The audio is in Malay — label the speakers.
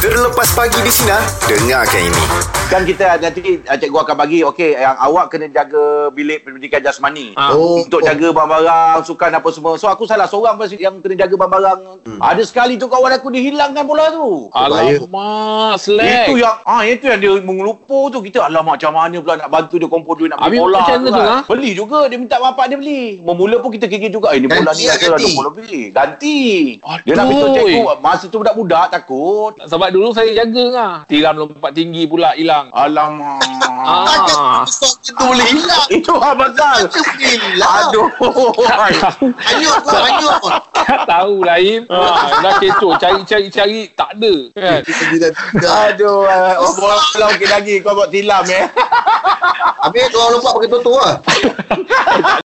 Speaker 1: Terlepas pagi di sini Dengarkan ini
Speaker 2: Kan kita nanti uh, cikgu akan bagi okey yang awak kena jaga bilik pendidikan jasmani.
Speaker 3: Ah.
Speaker 1: Oh.
Speaker 2: Untuk jaga barang-barang, sukan apa semua. So aku salah seorang pun yang kena jaga barang-barang. Hmm. Ada sekali tu kawan aku dihilangkan bola tu.
Speaker 3: Ah, Alamak, slack.
Speaker 2: Itu yang ah itu yang dia mengelupur tu kita alamak macam mana pula nak bantu dia kumpul duit nak beli
Speaker 3: Habis
Speaker 2: bola. tu
Speaker 3: macam mana tu,
Speaker 2: kan.
Speaker 3: ha?
Speaker 2: Beli juga dia minta bapak dia beli. Memula pun kita kira juga eh ni bola
Speaker 1: Ganti
Speaker 2: ni
Speaker 1: lah,
Speaker 2: ada
Speaker 1: ganti.
Speaker 2: 20 lebih. Ganti. Dia nak
Speaker 3: Aduh.
Speaker 2: minta cikgu masa tu budak-budak takut.
Speaker 3: Sebab dulu saya jaga lah. Tiram lompat tinggi pula hilang.
Speaker 2: Alamak.
Speaker 3: Ah.
Speaker 1: Stop itu boleh hilang
Speaker 2: Itu lah pasal.
Speaker 1: Itu boleh hilang
Speaker 2: Aduh.
Speaker 1: Hanyut tu hanyut
Speaker 3: Tak tahu lah Im.
Speaker 2: Ah.
Speaker 3: Ha, dah kecoh. Cari-cari-cari tak ada. Kan?
Speaker 2: Aduh. Oh, bola okey lagi kau buat tilam eh.
Speaker 1: Habis kalau lompat pakai toto lah